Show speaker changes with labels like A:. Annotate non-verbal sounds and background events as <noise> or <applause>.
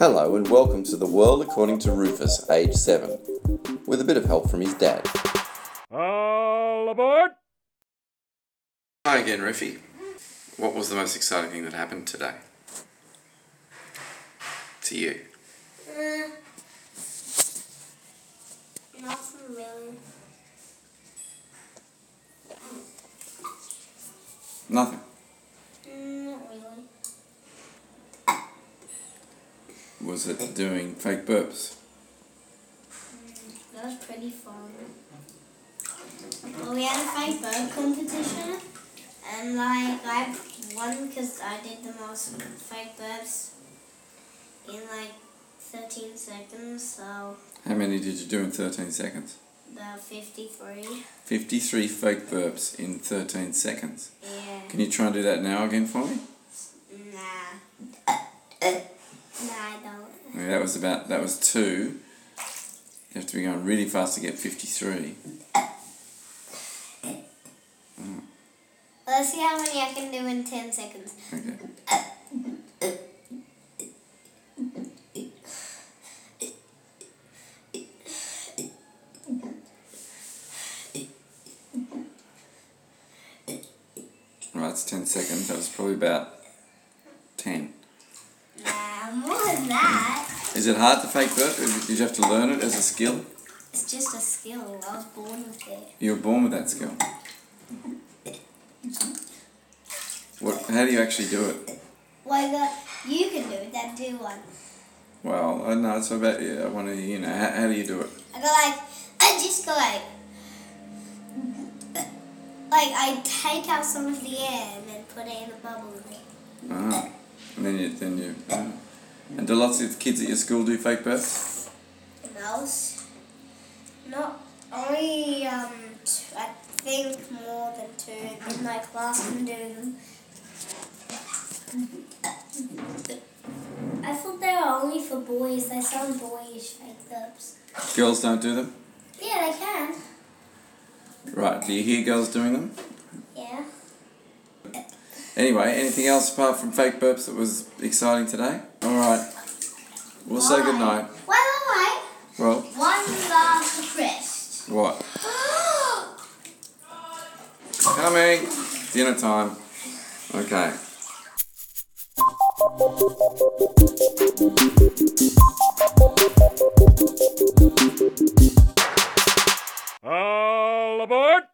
A: Hello and welcome to The World According to Rufus, age 7, with a bit of help from his dad.
B: All aboard!
A: Hi again, Riffy. What was the most exciting thing that happened today? To you.
C: Mm. Nothing really.
A: Nothing.
C: Mm, not really.
A: Was it doing fake burps?
C: Mm, That was pretty fun. Well, we had a fake boat competition, and like I won because I did the most fake burps in like 13 seconds, so
A: How many did you do in 13 seconds?
C: the 53.
A: 53 fake burps in 13 seconds.
C: Yeah.
A: Can you try and do that now again for me?
C: Nah. nah, I don't.
A: Okay, that was about, that was two. You have to be going really fast to get 53.
C: Let's see how many I can do in 10 seconds.
A: Okay. Right, it's 10 seconds. That was probably about 10.
C: Nah, more than that.
A: Is it hard to fake burp? Or Did you have to learn it as a skill?
C: It's just a skill. I was born with it.
A: You were born with that skill. What, how do you actually do it?
C: Like uh, you can do it, then do one.
A: Well, I know it's about yeah, I want to, you know, how, how do you do it?
C: I go like, I just go like, like I take out some of the air and then put it in a bubble.
A: Ah, and then you, then you, ah. and do lots of kids at your school do fake births?
C: And else, not only um, t- I think more than two in my class can do them. I thought they were only for boys. They sound boyish fake ups.
A: Girls don't do them,
C: Yeah, they can.
A: right? Do you hear girls doing them?
C: Yeah.
A: Anyway, anything else apart from fake burps that was exciting today? All right, we'll say good
C: Bye.
A: night.
C: Wait, wait,
A: Well,
C: wait. One last
A: <gasps>
C: request. <gasps>
A: what? Coming. Dinner time. Okay.
B: All aboard!